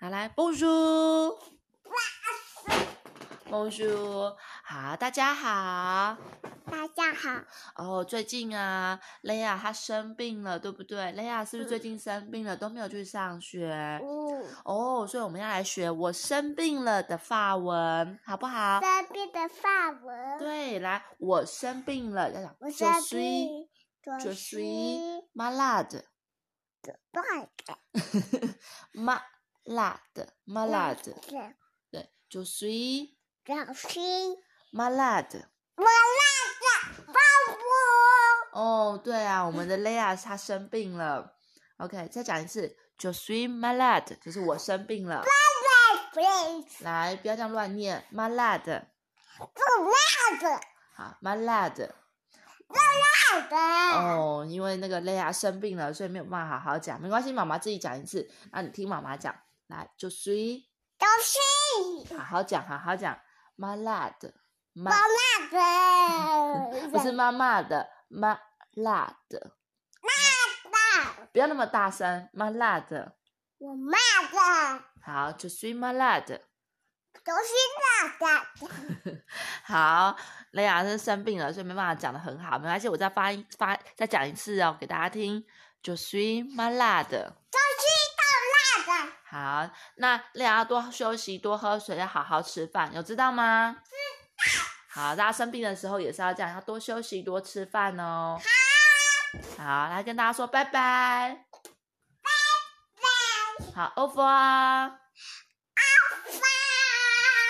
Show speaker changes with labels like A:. A: 好来，Bonjour。Bonjour，好，大家好。
B: 大家好，
A: 哦，最近啊，雷亚她生病了，对不对？雷亚是不是最近生病了，都没有去上学？
B: 嗯，
A: 哦，所以我们要来学“我生病了”的法文，好不好？
B: 生病的法文，
A: 对，来，我生病了，要讲
B: 我
A: “je
B: 生
A: suis
B: 病，就
A: je
B: 是
A: suis malade
B: 不好的
A: malade malade”，
B: 是
A: 对，“je suis
B: 老师
A: malade”。哦，对啊，我们的 Leia 她生病了。OK，再讲一次，“je suis malade”，就是我生病了。
B: 不认识
A: 来，不要这样乱念，malade，
B: 不辣的
A: 好，malade。
B: 辣的，
A: 哦，因为那个雷亚生病了，所以没有办法好好讲，没关系，妈妈自己讲一次，那你听妈妈讲，来，就随
B: 都是
A: 好好讲，好好讲，malade，妈
B: 辣的，
A: 不是妈妈的，malade，不要那么大声，malade，
B: 我骂的
A: 好，就随 malade。
B: 都是辣的，
A: 好，雷亚是生病了，所以没办法讲的很好，没关系，我再发音发再讲一次哦，给大家听，就随 malade。
B: 辣的
A: 好，那累了要多休息，多喝水，要好好吃饭，有知道吗？知道。好，大家生病的时候也是要这样，要多休息，多吃饭哦。好。好，来跟大家说拜拜。拜拜。好，over 啊。